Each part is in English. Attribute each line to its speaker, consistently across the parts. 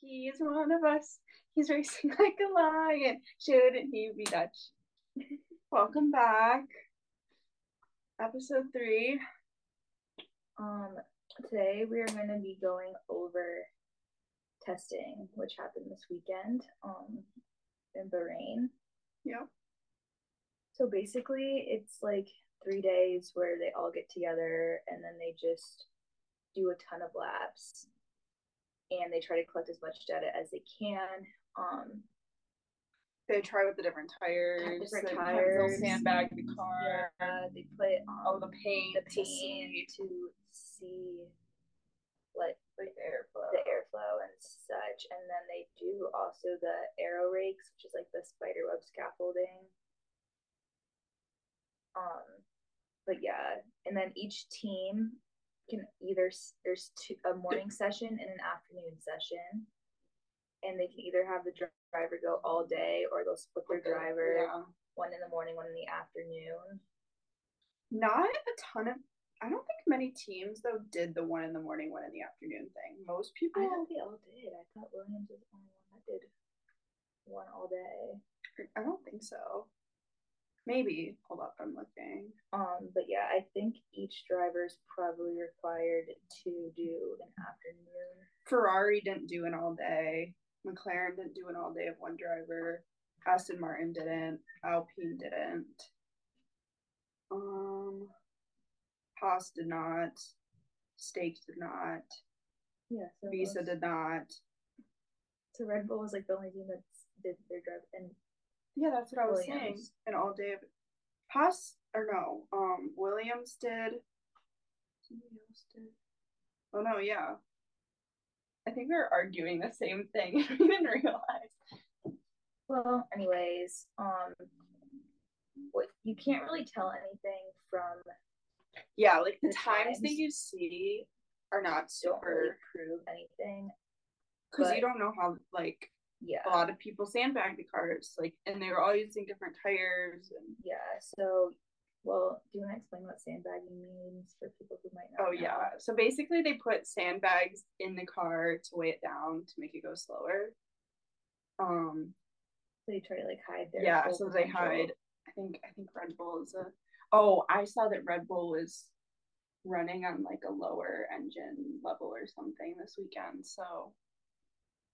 Speaker 1: he's one of us. He's racing like a lion. Shouldn't he be Dutch? Welcome back. Episode three.
Speaker 2: Um, today we are going to be going over testing, which happened this weekend um, in Bahrain.
Speaker 1: Yep.
Speaker 2: So basically, it's like three days where they all get together and then they just do a ton of laps and they try to collect as much data as they can. Um,
Speaker 1: They try with the different tires.
Speaker 2: Different
Speaker 1: they kind of
Speaker 2: tires.
Speaker 1: Sandbag the car.
Speaker 2: uh, they put
Speaker 1: All
Speaker 2: um,
Speaker 1: the paint.
Speaker 2: the
Speaker 1: to see,
Speaker 2: paint to see like
Speaker 1: Like airflow.
Speaker 2: the airflow and such. And then they do also the arrow rakes, which is like the spiderweb scaffolding. Um, but yeah, and then each team can either s- there's two, a morning session and an afternoon session, and they can either have the dri- driver go all day or they'll split their driver
Speaker 1: Yeah.
Speaker 2: one in the morning, one in the afternoon.
Speaker 1: Not a ton of. I don't think many teams though did the one in the morning, one in the afternoon thing. Most people.
Speaker 2: I thought they all did. I thought Williams was the only one that did one all day.
Speaker 1: I don't think so. Maybe. Hold up, I'm looking.
Speaker 2: Um, but yeah, I think each driver is probably required to do an afternoon.
Speaker 1: Ferrari didn't do an all day. McLaren didn't do an all day of one driver. Aston Martin didn't. Alpine didn't. Um, Haas did not. Stakes did not.
Speaker 2: Yeah, so
Speaker 1: Visa
Speaker 2: most-
Speaker 1: did not.
Speaker 2: So Red Bull was like the only team that did their drive, and
Speaker 1: Yeah, that's what I was saying.
Speaker 2: Williams.
Speaker 1: An all day of Haas or no, um, Williams did. Somebody else did. Oh no, yeah. I think we we're arguing the same thing. we didn't realize.
Speaker 2: well, anyways, um, what you can't really tell anything from
Speaker 1: Yeah, like the
Speaker 2: The
Speaker 1: times that
Speaker 2: times.
Speaker 1: you see are not
Speaker 2: don't really
Speaker 1: super
Speaker 2: prove anything. Uh,
Speaker 1: because
Speaker 2: but-
Speaker 1: you don't know how like
Speaker 2: Yeah,
Speaker 1: a lot of people sandbag the cars, like, and they were all using different tires. And
Speaker 2: yeah. So, well, do you want to explain what sandbagging means for people who might not?
Speaker 1: oh
Speaker 2: know?
Speaker 1: yeah, so basically they put sandbags in the car to weigh it down to make it go slower. Um,
Speaker 2: So they try to like hide their
Speaker 1: yeah,
Speaker 2: full
Speaker 1: so they
Speaker 2: potential.
Speaker 1: hide. I think I think Red Bull is a. Oh, I saw that Red Bull was running on like a lower engine level or something this weekend. So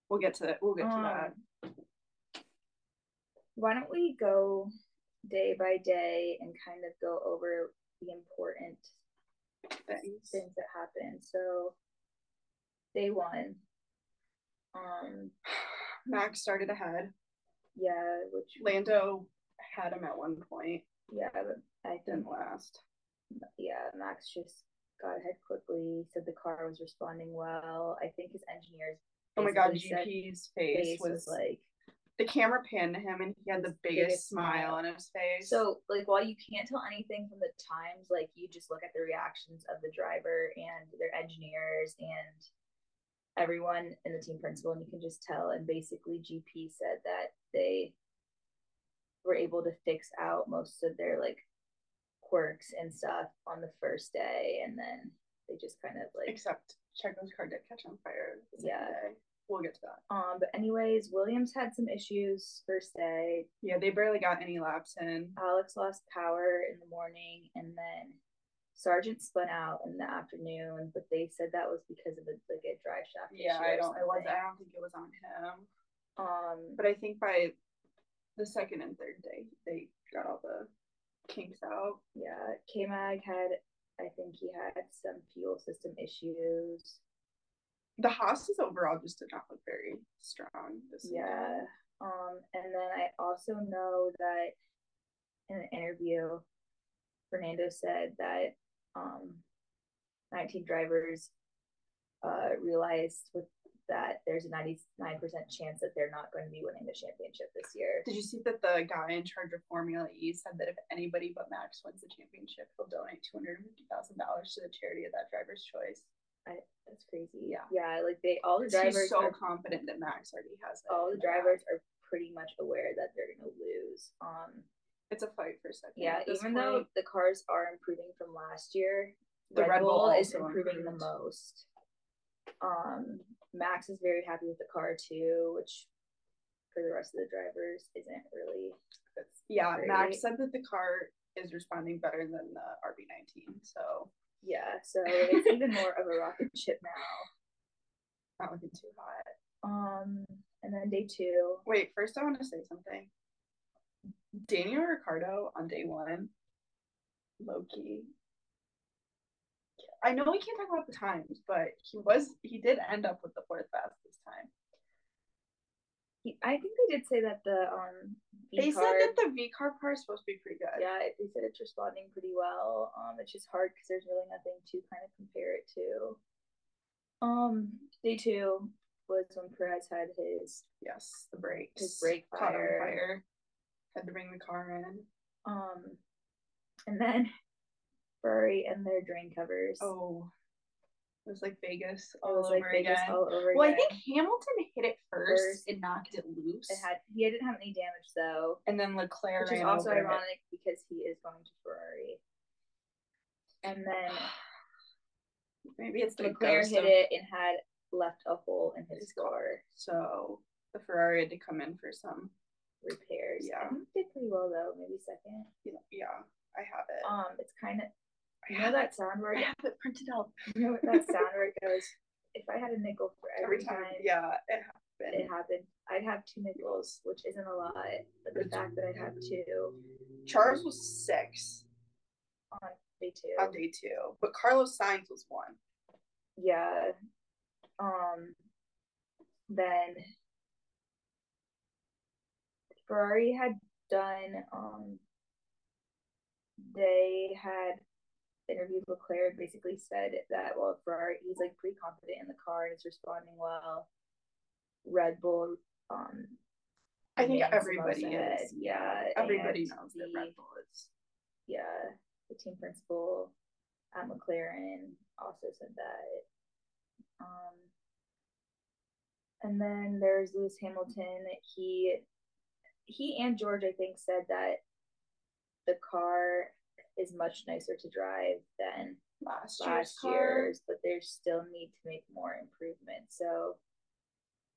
Speaker 1: we'll get to that. We'll get to that.
Speaker 2: Um, Why don't we go day by day and kind of go over the important
Speaker 1: Things.
Speaker 2: things that happened? So, day one, um,
Speaker 1: Max started ahead.
Speaker 2: yeah, which
Speaker 1: Lando had him at one point,
Speaker 2: yeah, but I think
Speaker 1: didn't last.
Speaker 2: yeah, Max just got ahead quickly. Said the car was responding well. I think his engineers.
Speaker 1: Oh my god,
Speaker 2: basically said
Speaker 1: GP's face
Speaker 2: Pace
Speaker 1: was,
Speaker 2: was like
Speaker 1: the camera panned to him and he had the biggest,
Speaker 2: biggest
Speaker 1: smile
Speaker 2: smile.
Speaker 1: on his face.
Speaker 2: So, like, while you can't tell anything from the times, like, you just look at the reactions of the driver and their engineers and everyone in the team principal, and you can just tell. And basically, GP said that they were able to fix out most of their like quirks and stuff on the first day, and then they just kind of like
Speaker 1: except Checo's car did catch on fire. the second
Speaker 2: Yeah.
Speaker 1: day. We'll get to that.
Speaker 2: um. But anyways, Williams had some issues first day.
Speaker 1: Yeah, they barely got any laps in.
Speaker 2: Alex lost power in the morning, and then Sergeant spun out in the afternoon. But they said that was because of a, like a drive shaft.
Speaker 1: Yeah,
Speaker 2: issue
Speaker 1: I
Speaker 2: or
Speaker 1: don't. It was.
Speaker 2: something.
Speaker 1: I don't think it was on him.
Speaker 2: Um,
Speaker 1: But I think by the second and third day, they got all the kinks out.
Speaker 2: yeah, K Mag had, I think he had some fuel system issues.
Speaker 1: The Haas's overall just did not look very strong. This weekend.
Speaker 2: Yeah. Um, and then I also know that in an interview, Fernando said that um, 19 drivers uh, realized with that there's a 99% chance that they're not going to be winning the championship this year.
Speaker 1: Did you see that the guy in charge of Formula E said that if anybody but Max wins the championship, he'll donate two hundred and fifty thousand dollars to the charity of that driver's choice?
Speaker 2: That's crazy.
Speaker 1: Yeah.
Speaker 2: Yeah. Like they all the
Speaker 1: He's
Speaker 2: drivers
Speaker 1: so
Speaker 2: are,
Speaker 1: confident that Max already has it.
Speaker 2: all the drivers are pretty much aware that they're going to lose. Um,
Speaker 1: It's a fight for second.
Speaker 2: yeah.
Speaker 1: at this
Speaker 2: Even though
Speaker 1: point.
Speaker 2: the cars are improving from last year,
Speaker 1: the Red Bull
Speaker 2: is
Speaker 1: also
Speaker 2: improving the
Speaker 1: improved.
Speaker 2: most. Um, Max is very happy with the car too, which for the rest of the drivers isn't really.
Speaker 1: Yeah,
Speaker 2: Great.
Speaker 1: Max said that the car is responding better than the RB19. So
Speaker 2: Yeah, so it's even more of a rocket ship now.
Speaker 1: not looking too hot.
Speaker 2: Um, and then day two,
Speaker 1: Wait, first I want to say something. Daniel Ricardo on day one, low key. I know we can't talk about the times, but he was he did end up with the fourth fastest time.
Speaker 2: he, I think they did say that the um.
Speaker 1: They
Speaker 2: V-Carb-
Speaker 1: said that the V car part is supposed to be pretty good.
Speaker 2: yeah, it- they said it's responding pretty well. Um, it's just hard because there's really nothing to kind of compare it to. Um, day two was when Perez had his
Speaker 1: Yes, the brakes.
Speaker 2: His brake
Speaker 1: Caught on
Speaker 2: fire.
Speaker 1: fire. Had to bring the car in.
Speaker 2: um, and then Ferrari and their drain covers.
Speaker 1: Oh, it was like Vegas
Speaker 2: It
Speaker 1: all
Speaker 2: was
Speaker 1: over
Speaker 2: like they
Speaker 1: again.
Speaker 2: just all over
Speaker 1: well, I
Speaker 2: again.
Speaker 1: think Hamilton hit it first,
Speaker 2: First.
Speaker 1: and knocked it loose,
Speaker 2: it had he didn't have any damage though,
Speaker 1: and then Leclerc
Speaker 2: which is
Speaker 1: ran
Speaker 2: also
Speaker 1: over it.
Speaker 2: ironic because he is going to Ferrari. And then
Speaker 1: Maybe it's the
Speaker 2: Leclerc
Speaker 1: ghost
Speaker 2: hit
Speaker 1: of-
Speaker 2: it and had left a hole in his
Speaker 1: His car.
Speaker 2: car.
Speaker 1: So the Ferrari had to come in for some.
Speaker 2: repairs.
Speaker 1: Yeah.
Speaker 2: I think they did pretty well though, maybe second.
Speaker 1: You know, yeah, I have it.
Speaker 2: Um, it's kind of
Speaker 1: I
Speaker 2: you know
Speaker 1: have
Speaker 2: that
Speaker 1: that.
Speaker 2: sound
Speaker 1: I
Speaker 2: word.
Speaker 1: have it printed out
Speaker 2: You know what that sound word goes. If I had a nickel for every, time,
Speaker 1: Yeah, it
Speaker 2: it
Speaker 1: happened.
Speaker 2: happened, I'd have two nickels, which isn't a lot. But the
Speaker 1: It's-
Speaker 2: fact that I'd have two
Speaker 1: Charles was six
Speaker 2: on day two,
Speaker 1: on day two, but Carlos Sainz was one.
Speaker 2: yeah. Um, then Ferrari had done. Um, they had interviewed Leclerc. and Basically said that well, Ferrari he's like pretty confident in the car and it's responding well. Red Bull. Um,
Speaker 1: I think
Speaker 2: remains
Speaker 1: everybody
Speaker 2: above head.
Speaker 1: is.
Speaker 2: Yeah,
Speaker 1: everybody
Speaker 2: and
Speaker 1: knows
Speaker 2: the-
Speaker 1: that Red Bull is.
Speaker 2: yeah, the team principal at McLaren also said that. Um, and then there's Lewis Hamilton. He he and George I think said that the car is much nicer to drive than
Speaker 1: Last, year's
Speaker 2: last
Speaker 1: car.
Speaker 2: year's, but there's still need to make more improvements. So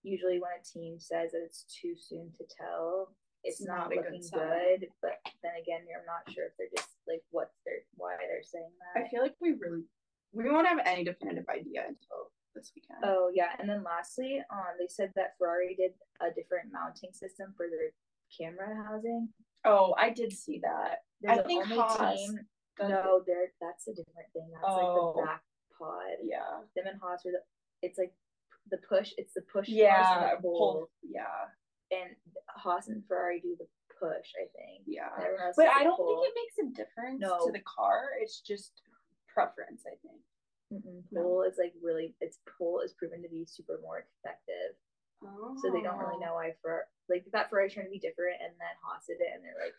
Speaker 2: usually when a team says that it's too soon to tell, it's,
Speaker 1: It's not
Speaker 2: not,
Speaker 1: a good
Speaker 2: looking
Speaker 1: sign.
Speaker 2: good, But then again, I'm not sure if they're just like what's their why they're saying that.
Speaker 1: I feel like we really we won't have any definitive idea until this weekend.
Speaker 2: oh yeah, and then lastly, um, they said that Ferrari did a different mounting system for their camera housing.
Speaker 1: oh, I did see that.
Speaker 2: They're
Speaker 1: I
Speaker 2: the
Speaker 1: think
Speaker 2: only
Speaker 1: Haas
Speaker 2: team.
Speaker 1: does
Speaker 2: No, they're that's a different thing. That's like
Speaker 1: Oh.
Speaker 2: the back pod.
Speaker 1: Yeah.
Speaker 2: them and Haas are the it's like the push it's the push Haas
Speaker 1: Yeah.
Speaker 2: and the
Speaker 1: Pole.
Speaker 2: pull
Speaker 1: Yeah.
Speaker 2: and Haas and Ferrari do the push I think
Speaker 1: Yeah.
Speaker 2: And everyone else
Speaker 1: But
Speaker 2: does
Speaker 1: I
Speaker 2: the
Speaker 1: don't
Speaker 2: pull.
Speaker 1: think it makes a difference
Speaker 2: No.
Speaker 1: to the car. It's just preference, I think.
Speaker 2: Mm-mm.
Speaker 1: No.
Speaker 2: pull is like really its pull is proven to be super more effective
Speaker 1: Oh.
Speaker 2: so they don't really know why for like that Ferrari trying to be different and then Haas did it and they're like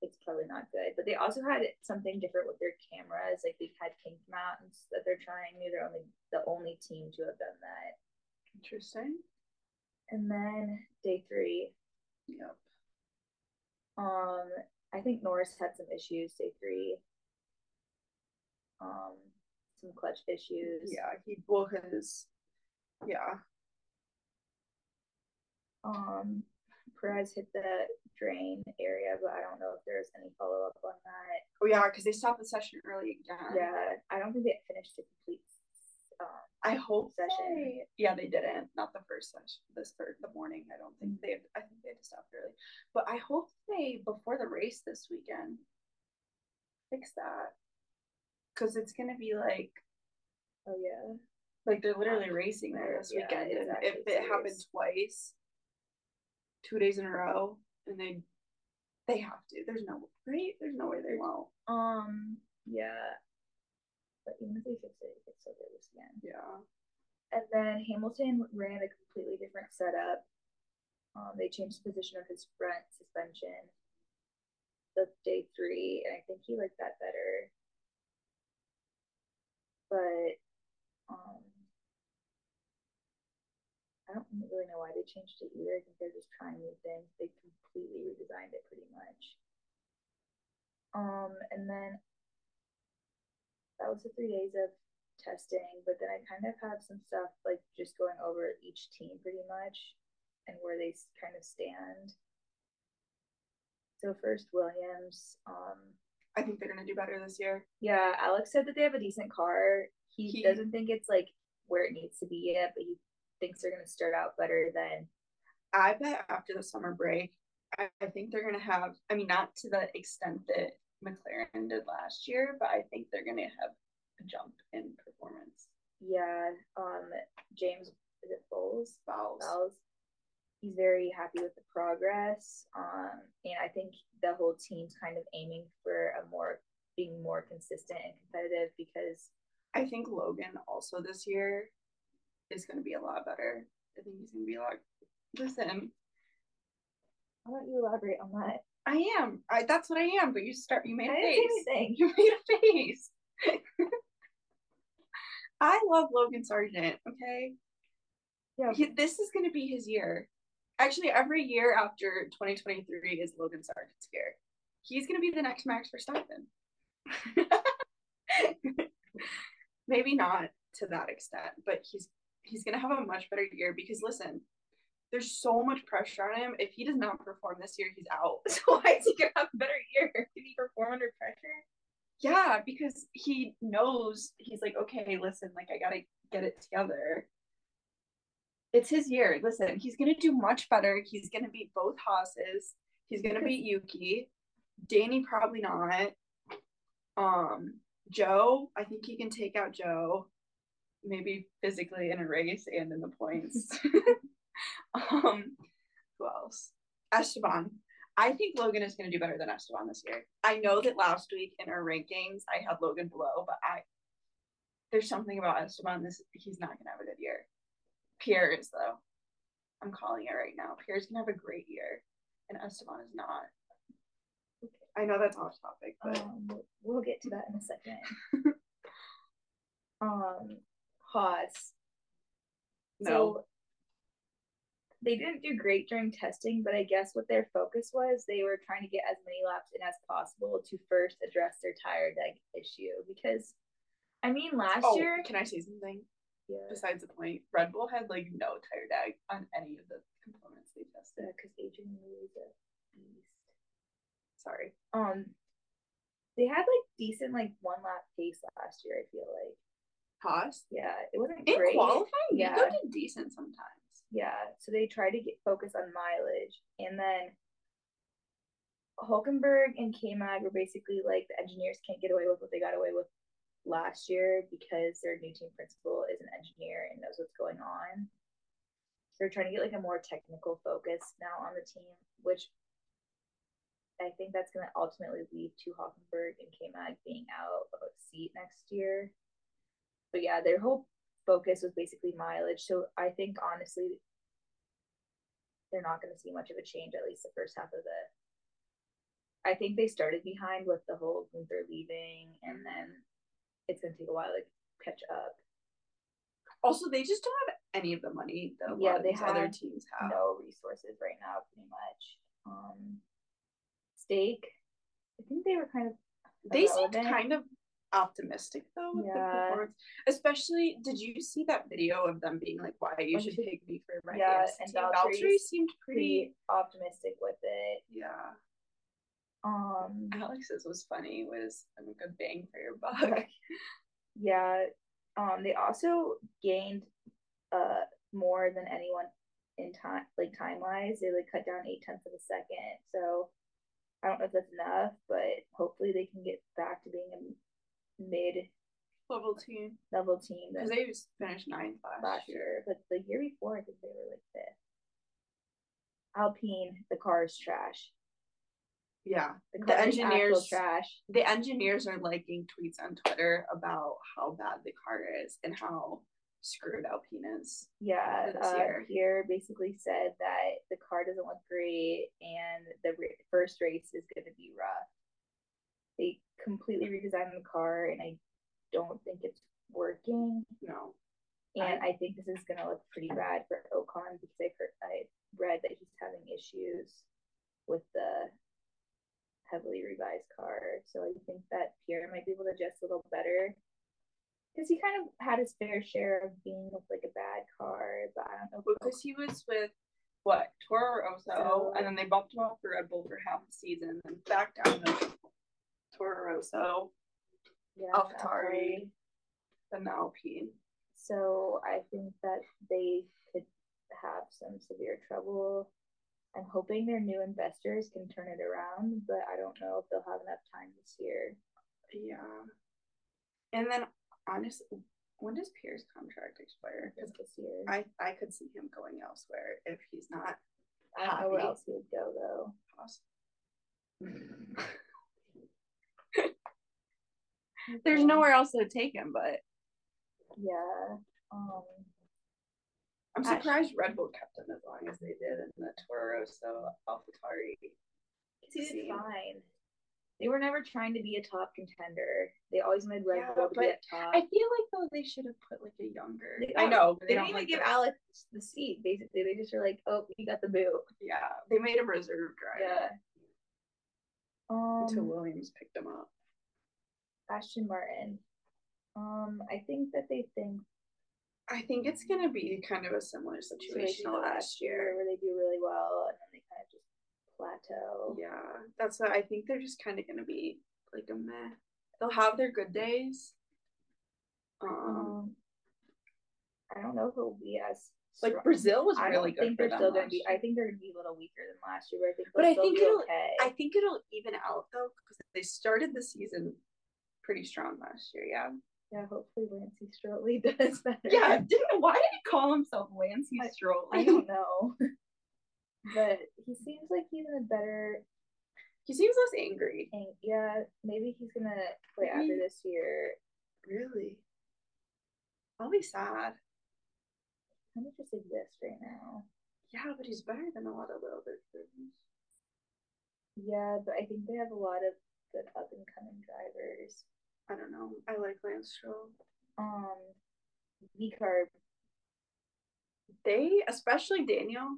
Speaker 2: it's probably not good but they also had something different with their cameras like they had kink mounts that they're trying new they're only the only team to have done that
Speaker 1: Interesting.
Speaker 2: and then day three
Speaker 1: Yep.
Speaker 2: Um, I think Norris had some issues day three. Um, some clutch issues.
Speaker 1: Yeah. He well his yeah.
Speaker 2: Um, Perez hit the drain area, but I don't know if there's any follow up on that.
Speaker 1: Oh yeah, because they stopped the session early again.
Speaker 2: Yeah, I don't think they finished the complete. Um,
Speaker 1: I hope
Speaker 2: Session.
Speaker 1: they- yeah, they didn't. Not the first session. This third the morning. I don't think they I think they had to stop early. But I hope they before the race this weekend fix that. Cause it's gonna be like
Speaker 2: oh yeah,
Speaker 1: Like they're literally racing there this
Speaker 2: Yeah,
Speaker 1: weekend.
Speaker 2: it's
Speaker 1: and
Speaker 2: actually
Speaker 1: if it happened
Speaker 2: serious.
Speaker 1: twice, two days in a row, and they they have to. There's no right. There's no way they won't.
Speaker 2: um, yeah. But even if they fix it, it's still good this again.
Speaker 1: Yeah.
Speaker 2: And then Hamilton ran a completely different setup. Um, they changed the position of his front suspension. The day three, and I think he liked that better. But um, I don't really know why they changed it either. I think they're just trying new things. They completely redesigned it pretty much. Um, and then that was the three days of testing, but then I kind of have some stuff like just going over each team pretty much and where they s- kind of stand. So first Williams, um,
Speaker 1: I think they're gonna do better this year.
Speaker 2: yeah, Alex said that they have a decent car. He,
Speaker 1: He-
Speaker 2: doesn't think it's like where it needs to be yet, but he thinks they're gonna start out better than
Speaker 1: I bet after the summer break, I, I think they're gonna have. I mean, not to the extent that McLaren did last year, but I think they're gonna have a jump in performance.
Speaker 2: yeah, um James is it Bowles?
Speaker 1: Fouls.
Speaker 2: Wells. He's very happy with the progress. Um, and I think the whole team's kind of aiming for a more being more consistent and competitive because
Speaker 1: I think Logan also this year is gonna be a lot better. I think he's gonna be a lot. Listen,
Speaker 2: I'll let you elaborate on that.
Speaker 1: I am. I that's what I am. But you start. You made a
Speaker 2: I didn't
Speaker 1: face.
Speaker 2: say anything.
Speaker 1: You made a face. I love Logan Sargent. Okay.
Speaker 2: Yeah.
Speaker 1: He- this is going to be his year. Actually, every year after 2023 is Logan Sargent's year. He's going to be the next Max Verstappen. Maybe not to that extent, but he's he's going to have a much better year because listen, there's so much pressure on him. If he does not perform this year, he's out.
Speaker 2: So why is he gonna have a better year? Did he perform under pressure?
Speaker 1: Yeah, because he knows he's like, okay, listen, like I gotta get it together. It's his year. Listen, he's gonna do much better. He's gonna beat both Haas's. He's gonna beat Yuki. Danny probably not. Um, Joe, I think he can take out Joe, maybe physically in a race and in the points. um, who else? Esteban. I think Logan is going to do better than Esteban this year. I know that last week in our rankings I had Logan below, but I there's something about Esteban. This he's not going to have a good year. Pierre is though. I'm calling it right now. Pierre's going to have a great year, and Esteban is not. I know that's off topic, but
Speaker 2: Um, we'll get to that in a second. um, Haas.
Speaker 1: no,
Speaker 2: So they didn't do great during testing, but I guess what their focus was, they were trying to get as many laps in as possible to first address their tire deg issue. Because, I mean, last
Speaker 1: oh,
Speaker 2: year,
Speaker 1: can I say something
Speaker 2: yeah,
Speaker 1: besides the point? Red Bull had like no tire dag on any of the components they tested.
Speaker 2: because Adrian Newey is a beast.
Speaker 1: Sorry,
Speaker 2: Um, they had like decent like one lap pace last year. I feel like,
Speaker 1: Haas
Speaker 2: yeah, it wasn't
Speaker 1: in
Speaker 2: great.
Speaker 1: qualifying,
Speaker 2: Yeah.
Speaker 1: yeah, they did decent sometimes.
Speaker 2: Yeah, so they try to get focus on mileage, and then Hulkenberg and K Mag were basically like the engineers can't get away with what they got away with last year because their new team principal is an engineer and knows what's going on. So they're trying to get like a more technical focus now on the team, which I think that's going to ultimately lead to Hulkenberg and K Mag being out of a seat next year. But yeah, their whole focus was basically mileage. So I think honestly, they're not going to see much of a change, at least the first half of the. I think they started behind with the whole Gunther leaving, and then it's going to take a while to catch up.
Speaker 1: Also, they just don't have any of the money that a lot
Speaker 2: Yeah,
Speaker 1: of
Speaker 2: they
Speaker 1: these other
Speaker 2: have
Speaker 1: teams have.
Speaker 2: No resources right now, pretty much. Um, Stake, I think they were kind of.
Speaker 1: They seemed
Speaker 2: irrelevant.
Speaker 1: kind of optimistic though with the
Speaker 2: Yeah.
Speaker 1: performance. Especially, did you see that video of them being like, "Why you
Speaker 2: Oh,
Speaker 1: should
Speaker 2: she-
Speaker 1: pick me for my
Speaker 2: Yeah,
Speaker 1: fantasy
Speaker 2: and
Speaker 1: team?"
Speaker 2: Valtteri's
Speaker 1: Valtteri seemed pretty.
Speaker 2: pretty optimistic with it.
Speaker 1: Yeah,
Speaker 2: Um,
Speaker 1: Alex's was funny. Was I'm a good bang for your buck.
Speaker 2: Right. Yeah. Um, they also gained uh more than anyone in time like time wise. They like cut down eight tenths of a second. So I don't know if that's enough, but hopefully they can get back to being a mid
Speaker 1: Level team
Speaker 2: level team
Speaker 1: because
Speaker 2: than
Speaker 1: they was finished ninth last,
Speaker 2: last
Speaker 1: year.
Speaker 2: year. But the year before I think they were like fifth. Alpine, the car is trash.
Speaker 1: Yeah,
Speaker 2: The
Speaker 1: The
Speaker 2: car is actual
Speaker 1: engineers-
Speaker 2: trash.
Speaker 1: the engineers are liking tweets on Twitter about how bad the car is and how screwed Alpine is.
Speaker 2: Yeah,
Speaker 1: for this
Speaker 2: uh,
Speaker 1: year.
Speaker 2: Pierre basically said that the car doesn't look great and the ra- first race is going to be rough. They completely redesigned the car, and I don't think it's working.
Speaker 1: No,
Speaker 2: And I think this is going to look pretty bad for Ocon because I heard, I read that he's having issues with the heavily revised car. So I think that Pierre might be able to adjust a little better. because he kind of had his fair share of being with like a bad car, but I don't know.
Speaker 1: because he was with what Toro Rosso,
Speaker 2: So-
Speaker 1: and then they bumped him up for Red Bull for half the season, and then back down to Toro Rosso,
Speaker 2: Yeah,
Speaker 1: Alfatari, then Alpine.
Speaker 2: So I think that they could have some severe trouble. I'm hoping their new investors can turn it around, but I don't know if they'll have enough time this year.
Speaker 1: Yeah, and then honestly, when does Pierre's contract expire?
Speaker 2: Because this year,
Speaker 1: I I could see him going elsewhere if he's not
Speaker 2: I don't know where
Speaker 1: happy.
Speaker 2: else he would go though.
Speaker 1: possible. There's nowhere else to take him, but
Speaker 2: Yeah. Um.
Speaker 1: I'm
Speaker 2: Actually-
Speaker 1: surprised Red Bull kept him as long as they did in the Toro Rosso AlphaTauri.
Speaker 2: He did
Speaker 1: See.
Speaker 2: fine. They were never trying to be a top contender. They always made Red
Speaker 1: Yeah,
Speaker 2: Bull to
Speaker 1: but
Speaker 2: be at top.
Speaker 1: I feel like though they should have put like a younger.
Speaker 2: They-
Speaker 1: I know but
Speaker 2: they didn't even
Speaker 1: like
Speaker 2: give
Speaker 1: the-
Speaker 2: Alex the seat. Basically, they just were like, "Oh, you got the boot."
Speaker 1: Yeah, they made a reserve driver
Speaker 2: Yeah. Um,
Speaker 1: until Williams picked him up.
Speaker 2: Ashton Martin. Um, I think that they think
Speaker 1: I think it's gonna be kind of a similar situation
Speaker 2: situation
Speaker 1: to last year.
Speaker 2: where they do really well and then they kind of just plateau.
Speaker 1: Yeah, that's what I think. They're just kind of gonna be like a meh. They'll have their good days. Um,
Speaker 2: Um, I don't know if it'll be as
Speaker 1: like
Speaker 2: strong.
Speaker 1: Brazil was
Speaker 2: I
Speaker 1: really good
Speaker 2: don't think
Speaker 1: for
Speaker 2: they're
Speaker 1: them
Speaker 2: still going to
Speaker 1: last
Speaker 2: be.
Speaker 1: year.
Speaker 2: I think they're going to be a little weaker than last year, but I think.
Speaker 1: But
Speaker 2: they'll
Speaker 1: I
Speaker 2: still
Speaker 1: think
Speaker 2: be
Speaker 1: it'll-
Speaker 2: Okay.
Speaker 1: I think it'll even out though because they started the season pretty strong last year. Yeah.
Speaker 2: yeah, hopefully Lancey Strolley does better.
Speaker 1: Yeah. Didn't, why did he call himself Lancey Stroll?
Speaker 2: I don't know, but he seems like he's in a better.
Speaker 1: he seems less angry.
Speaker 2: And yeah, maybe he's gonna play after
Speaker 1: Maybe.
Speaker 2: this year.
Speaker 1: Really. I'll be sad.
Speaker 2: Kind of just exist right now.
Speaker 1: Yeah, but he's better than a lot of the other things.
Speaker 2: Yeah, but I think they have a lot of good up and coming drivers.
Speaker 1: I don't know. I like Lance Stroll.
Speaker 2: Um, Vicarb,
Speaker 1: They, especially Daniel,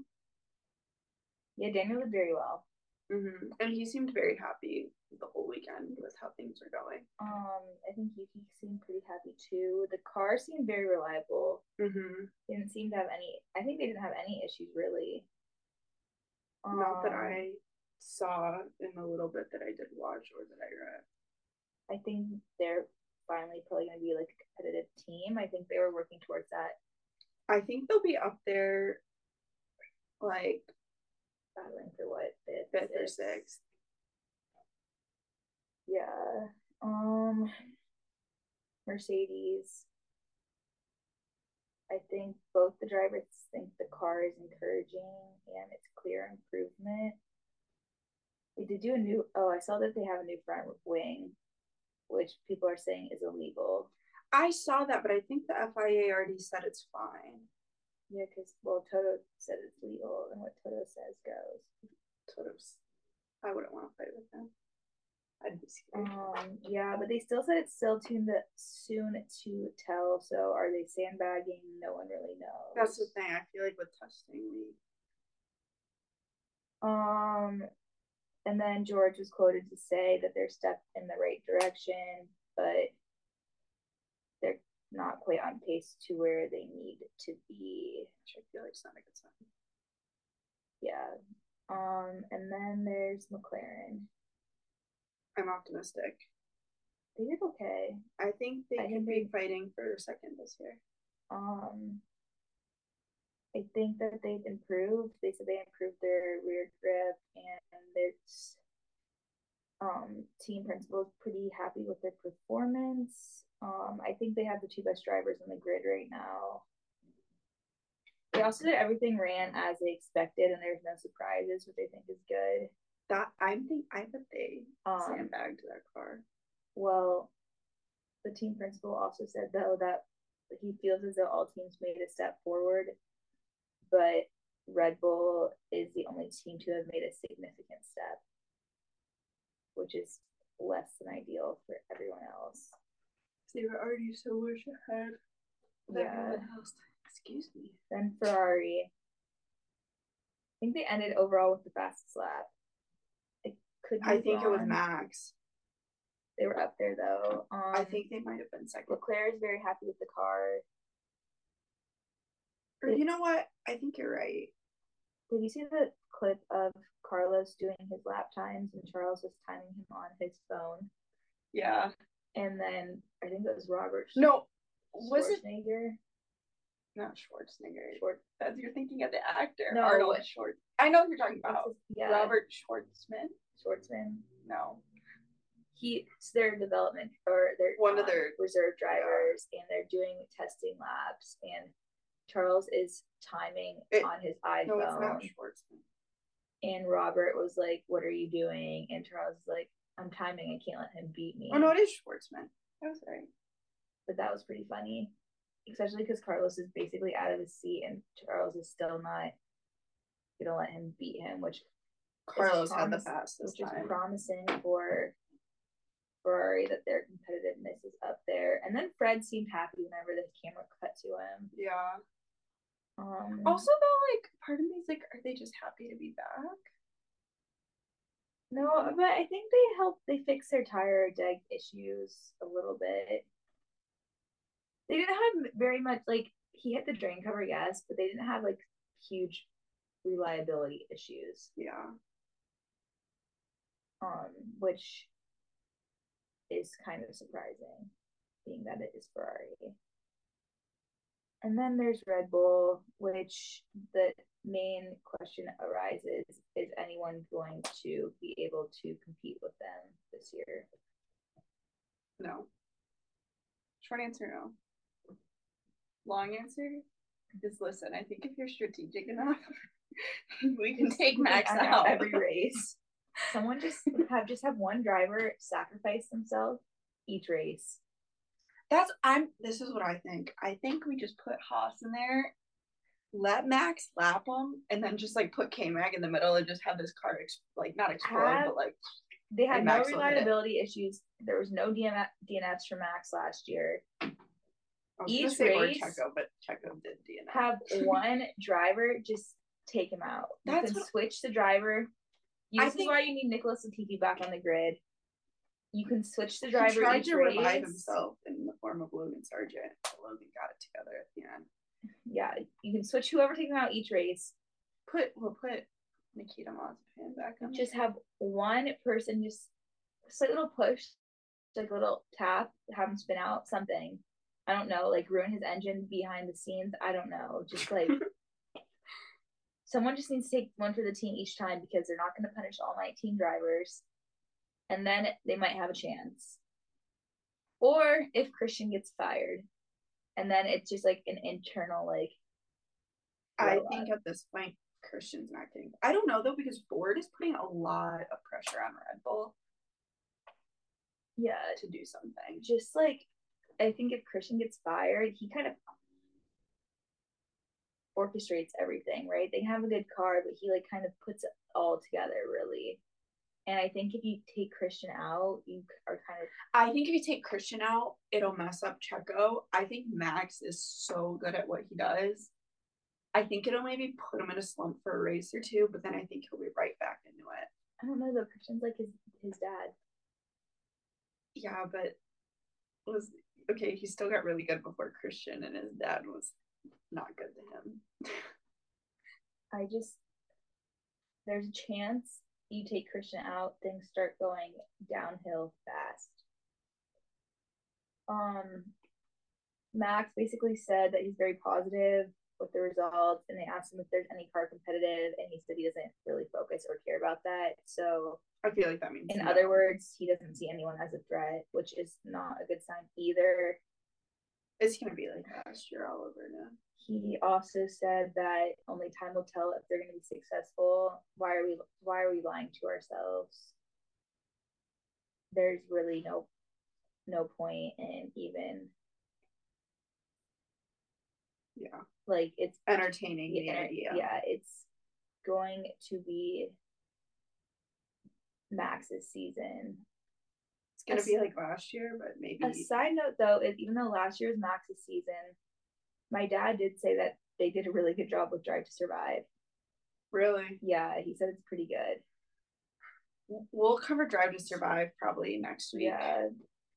Speaker 2: yeah, Daniel did very well.
Speaker 1: hmm and he seemed very happy the whole weekend with how things were going.
Speaker 2: Um, I think Yuki seemed pretty happy too. The car seemed very reliable.
Speaker 1: Mm-hmm.
Speaker 2: Didn't seem to have any. I think they didn't have any issues really.
Speaker 1: Not that
Speaker 2: Um,
Speaker 1: I saw in the little bit that I did watch or that I read.
Speaker 2: I think they're finally probably going to be like a competitive team. I think they were working towards that.
Speaker 1: I think they'll be up there like
Speaker 2: Battling for what fifth,
Speaker 1: fifth or sixth.
Speaker 2: Yeah. Um Mercedes. I think both the drivers think the car is encouraging and it's clear improvement. They did do a new oh, I saw that they have a new front wing, which people are saying is illegal.
Speaker 1: I saw that, but I think the FIA already said it's fine.
Speaker 2: Yeah, because well Toto said it's legal and what Toto says goes.
Speaker 1: Sort of. s- I wouldn't want to fight with them. I'd be scared.
Speaker 2: Um, yeah, but they still said it's still too the soon to tell. So are they sandbagging? No one really knows.
Speaker 1: That's the thing. I feel like with testing, we
Speaker 2: Um, and then George was quoted to say that they're step in the right direction, but they're not quite on pace to where they need to be.
Speaker 1: which I feel like it's not a good sign.
Speaker 2: Yeah. Um, and then there's McLaren.
Speaker 1: I'm optimistic.
Speaker 2: They did okay.
Speaker 1: I think they
Speaker 2: I
Speaker 1: could
Speaker 2: think
Speaker 1: be
Speaker 2: they-
Speaker 1: fighting for second this year.
Speaker 2: Um, I think that they've improved. They said they improved their rear grip and their s- um, team principal is pretty happy with their performance. Um, I think they have the two best drivers on the grid right now. They also did everything ran as they expected, and there's no surprises, which I think is good.
Speaker 1: That I'm think I bet they
Speaker 2: Um,
Speaker 1: sandbagged that car.
Speaker 2: Well, the team principal also said though that he feels as though all teams made a step forward, but Red Bull is the only team to have made a significant step, which is less than ideal for everyone else.
Speaker 1: They were already so much ahead. of
Speaker 2: Yeah.
Speaker 1: everyone else. Excuse me.
Speaker 2: Then Ferrari. I think they ended overall with the fastest lap. It could be
Speaker 1: I think it was
Speaker 2: wrong.
Speaker 1: Max.
Speaker 2: They were up there though. Um,
Speaker 1: I think they might have been second.
Speaker 2: Leclerc is very happy with the car.
Speaker 1: Or you know what? I think you're right.
Speaker 2: Did you see the clip of Carlos doing his lap times and Charles was timing him on his phone?
Speaker 1: Yeah.
Speaker 2: And then I think it was Robert. Sch-
Speaker 1: No, was it
Speaker 2: Schwarzenegger?
Speaker 1: not Schwarzenegger?
Speaker 2: Schwar-
Speaker 1: That's you're thinking of the actor
Speaker 2: No.
Speaker 1: Arnold Schwartz. I know who you're talking
Speaker 2: what's
Speaker 1: about.
Speaker 2: his- yeah,
Speaker 1: Oh, Robert Schwartzman.
Speaker 2: Schwartzman.
Speaker 1: No.
Speaker 2: He, it's their development or their uh,
Speaker 1: One of their-
Speaker 2: reserve drivers, and they're doing testing laps, and Charles is timing
Speaker 1: It-
Speaker 2: on his
Speaker 1: No, it's
Speaker 2: iPhone.
Speaker 1: not Schwartzman.
Speaker 2: and Robert was like, "What are you doing?" And Charles is like, "I'm timing. I can't let him beat me."
Speaker 1: Oh no, it is Schwartzman. That was right.
Speaker 2: But that was pretty funny, especially because Carlos is basically out of his seat, and Charles is still not gonna let him beat him, which
Speaker 1: Carlos had the
Speaker 2: promised-
Speaker 1: fastest
Speaker 2: which is
Speaker 1: time.
Speaker 2: promising for Ferrari that their competitiveness is up there. And then Fred seemed happy whenever the camera cut to him.
Speaker 1: Yeah.
Speaker 2: Um,
Speaker 1: Also though, like part of me is like, are they just happy to be back?
Speaker 2: no, but I think they helped. They fixed their tire deg issues a little bit. They didn't have very much. Like he hit the drain cover, yes, but they didn't have like huge reliability issues.
Speaker 1: Yeah.
Speaker 2: um, which is kind of surprising, being that it is Ferrari. And then there's Red Bull, which the main question arises is anyone going to be able to compete with them this year?
Speaker 1: No. Short answer no. Long answer is listen, I think if you're strategic enough, we can take Max
Speaker 2: Out of
Speaker 1: out.
Speaker 2: every race. Someone just have just have one driver sacrifice themselves each race.
Speaker 1: That's I'm this is what I think. I think we just put Haas in there, let Max lap him, and then just like put K Mag in the middle and just have this car ex- like not explode,
Speaker 2: Have-
Speaker 1: but like
Speaker 2: They had
Speaker 1: And
Speaker 2: no
Speaker 1: Max will hit it.
Speaker 2: reliability issues. There was no DM- DNFs for Max last year.
Speaker 1: I was gonna
Speaker 2: Each
Speaker 1: say or
Speaker 2: race-
Speaker 1: Checo, but Checo did DNF.
Speaker 2: have one driver just take him out. You
Speaker 1: That's
Speaker 2: can
Speaker 1: what-
Speaker 2: switch the driver. You-
Speaker 1: I
Speaker 2: This is
Speaker 1: think-
Speaker 2: why you need Nicholas and Latifi back on the grid. You can switch the
Speaker 1: he
Speaker 2: driver
Speaker 1: tried
Speaker 2: each
Speaker 1: to
Speaker 2: race.
Speaker 1: revive himself in the form of Logan Sargent. but Logan got it together at the end.
Speaker 2: Yeah, you can switch whoever takes him out each race.
Speaker 1: Put we'll put Nikita Mazepin back on.
Speaker 2: Just have one person just just like a little push, like a little tap, have him spin out something. I don't know, like ruin his engine behind the scenes. I don't know. Just like someone just needs to take one for the team each time because they're not going to punish all 19 drivers and then they might have a chance or if christian gets fired and then it's just like an internal like
Speaker 1: I
Speaker 2: blow
Speaker 1: think at this point Christian's not getting. I don't know though because Ford is putting a lot of pressure on Red Bull
Speaker 2: yeah
Speaker 1: to do something.
Speaker 2: just like i think if christian gets fired he kind of orchestrates everything right they have a good car but he like kind of puts it all together really and i think if you take christian out you are kind of
Speaker 1: I think if you take Christian out, it'll mess up Checo. I think Max is so good at what he does. I think it'll maybe put him in a slump for a race or two, but then I think he'll be right back into it.
Speaker 2: I don't know though. Christian's like his his dad.
Speaker 1: Yeah, but was okay. He still got really good before Christian, and his dad was not good to him.
Speaker 2: I just there's a chance you take Christian out, things start going downhill fast. Um, Max basically said that he's very positive with the results, and they asked him if there's any car competitive, and he said he doesn't really focus or care about that. So
Speaker 1: I feel like that means
Speaker 2: in
Speaker 1: no.
Speaker 2: other words, he doesn't see anyone as a threat, which is not a good sign either.
Speaker 1: it's gonna be like last year all over now.
Speaker 2: he also said that only time will tell if they're going to be successful. Why are we why are we lying to ourselves? There's really no no point in even
Speaker 1: Yeah,
Speaker 2: like it's
Speaker 1: entertaining the
Speaker 2: yeah,
Speaker 1: idea.
Speaker 2: yeah, it's going to be Max's season.
Speaker 1: It's gonna be like last year, but maybe
Speaker 2: A side note though is even though last year was Max's season, my dad did say that they did a really good job with Drive to Survive.
Speaker 1: really.
Speaker 2: Yeah, he said it's pretty good.
Speaker 1: We'll cover Drive to Survive probably next week.
Speaker 2: Yeah,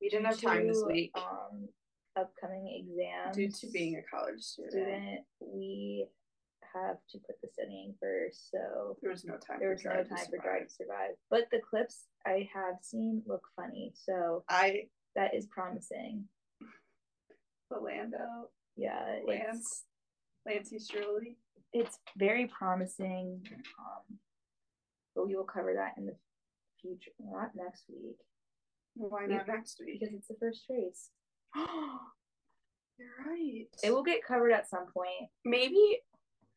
Speaker 1: We didn't have time this
Speaker 2: two,
Speaker 1: week
Speaker 2: Um, upcoming exams
Speaker 1: due to being a college student.
Speaker 2: student, we have to put the studying first. So
Speaker 1: There was no time.
Speaker 2: there
Speaker 1: for
Speaker 2: was no
Speaker 1: Drive to
Speaker 2: time for
Speaker 1: Survive.
Speaker 2: Drive to Survive, but the clips I have seen look funny, so
Speaker 1: I
Speaker 2: that is promising. Uh,
Speaker 1: Orlando,
Speaker 2: Yeah, it's,
Speaker 1: Lance, Lancey Shirley.
Speaker 2: it's very promising. Um, but we will cover that in the future, not next week,
Speaker 1: Why
Speaker 2: We-
Speaker 1: not next week?
Speaker 2: because it's the first race.
Speaker 1: You're right.
Speaker 2: It will get covered at some point.
Speaker 1: maybe.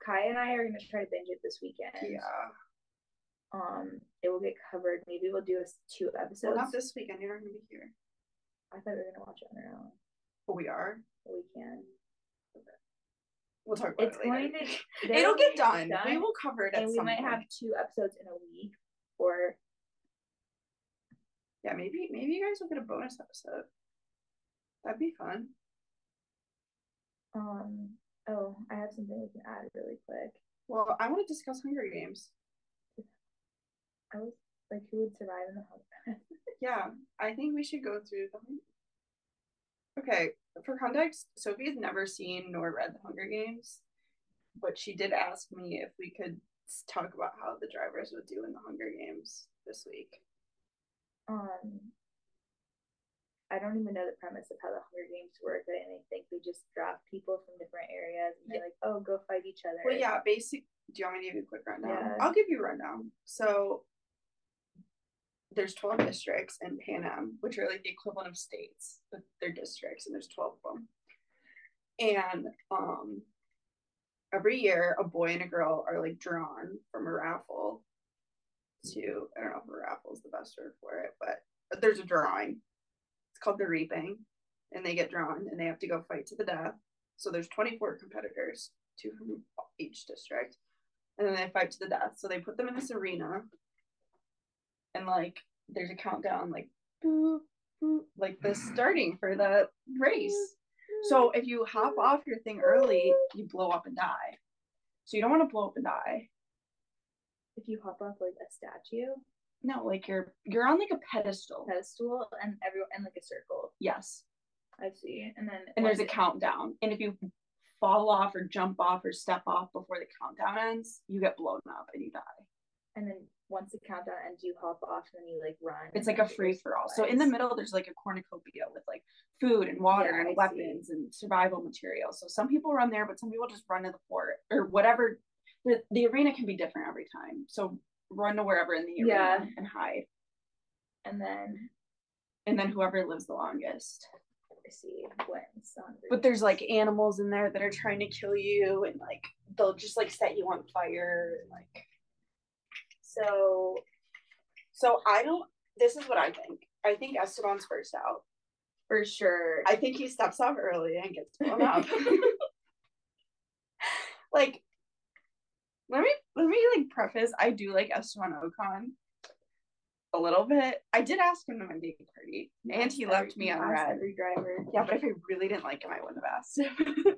Speaker 2: Kai and I are gonna try to binge it this weekend.
Speaker 1: Yeah.
Speaker 2: Um, it will get covered. Maybe we'll do a s- two
Speaker 1: Well,
Speaker 2: episodes.
Speaker 1: not this weekend. You're not gonna be here.
Speaker 2: I thought we were gonna watch it on our own.
Speaker 1: But we are.
Speaker 2: But We can.
Speaker 1: We'll talk about
Speaker 2: It's
Speaker 1: it later.
Speaker 2: going to. they
Speaker 1: It'll
Speaker 2: will
Speaker 1: get done. We
Speaker 2: done,
Speaker 1: will cover it at
Speaker 2: and we
Speaker 1: some
Speaker 2: might
Speaker 1: point.
Speaker 2: have two episodes in a week, or
Speaker 1: Yeah, maybe maybe you guys will get a bonus episode. That'd be fun.
Speaker 2: um. Oh, I have something we can add really quick.
Speaker 1: Well, I want to discuss Hunger Games.
Speaker 2: I was like, who would survive in the hunger?
Speaker 1: Yeah, I think we should go through them. Okay, for context, Sophie has never seen nor read The Hunger Games, but she did ask me if we could s- talk about how the drivers would do in The Hunger Games this week.
Speaker 2: um. I don't even know the premise of how the Hunger Games work, but I think they just drop people from different areas and they're like, "Oh, go fight each other."
Speaker 1: Well, yeah, basic. Do you want me to give you a quick rundown?
Speaker 2: Yeah.
Speaker 1: I'll give you a rundown. So there's 12 districts in Pan Am, which are like the equivalent of states, but they're districts, and there's 12 of them. And um, every year, a boy and a girl are like drawn from a raffle to, I don't know if a raffle is the best word for it, but there's a drawing. It's called the reaping, and they get drawn and they have to go fight to the death. So there's 24 competitors two from each district, and then they fight to the death. So they put them in this arena, and like there's a countdown, like boop, boop, like the starting for the race. So if you hop off your thing early, you blow up and die. So you don't want to blow up and die.
Speaker 2: if you hop off like a statue
Speaker 1: No, like you're you're on like a pedestal.
Speaker 2: pedestal and everyone and like a circle,
Speaker 1: Yes,
Speaker 2: I see, and then
Speaker 1: and there's a
Speaker 2: once it-
Speaker 1: countdown, and if you fall off or jump off or step off before the countdown ends, you get blown up and you die.
Speaker 2: and then once the countdown ends, you hop off and then you like run.
Speaker 1: It's
Speaker 2: and
Speaker 1: like a
Speaker 2: then
Speaker 1: free for all. So in the middle, there's like a cornucopia with like food and water
Speaker 2: Yeah, I see.
Speaker 1: and weapons and survival materials. So some people run there, but some people just run to the fort or whatever. The, the arena can be different every time. So run to wherever in the arena
Speaker 2: Yeah.
Speaker 1: and hide.
Speaker 2: and then
Speaker 1: And then whoever lives the longest.
Speaker 2: I see wins. on the
Speaker 1: But there's
Speaker 2: race.
Speaker 1: like animals in there that are trying to kill you and like they'll just like set you on fire and like
Speaker 2: so
Speaker 1: so I don't this is what I think. I think Esteban's first out.
Speaker 2: for sure.
Speaker 1: I think he steps off early and gets blown up. like, let me let me like preface. I do like Esteban Ocon a little bit. I did ask him to my date party, and he left me
Speaker 2: Every-
Speaker 1: on
Speaker 2: ask
Speaker 1: red.
Speaker 2: Every driver.
Speaker 1: Yeah, but if I really didn't like him, I wouldn't have asked him.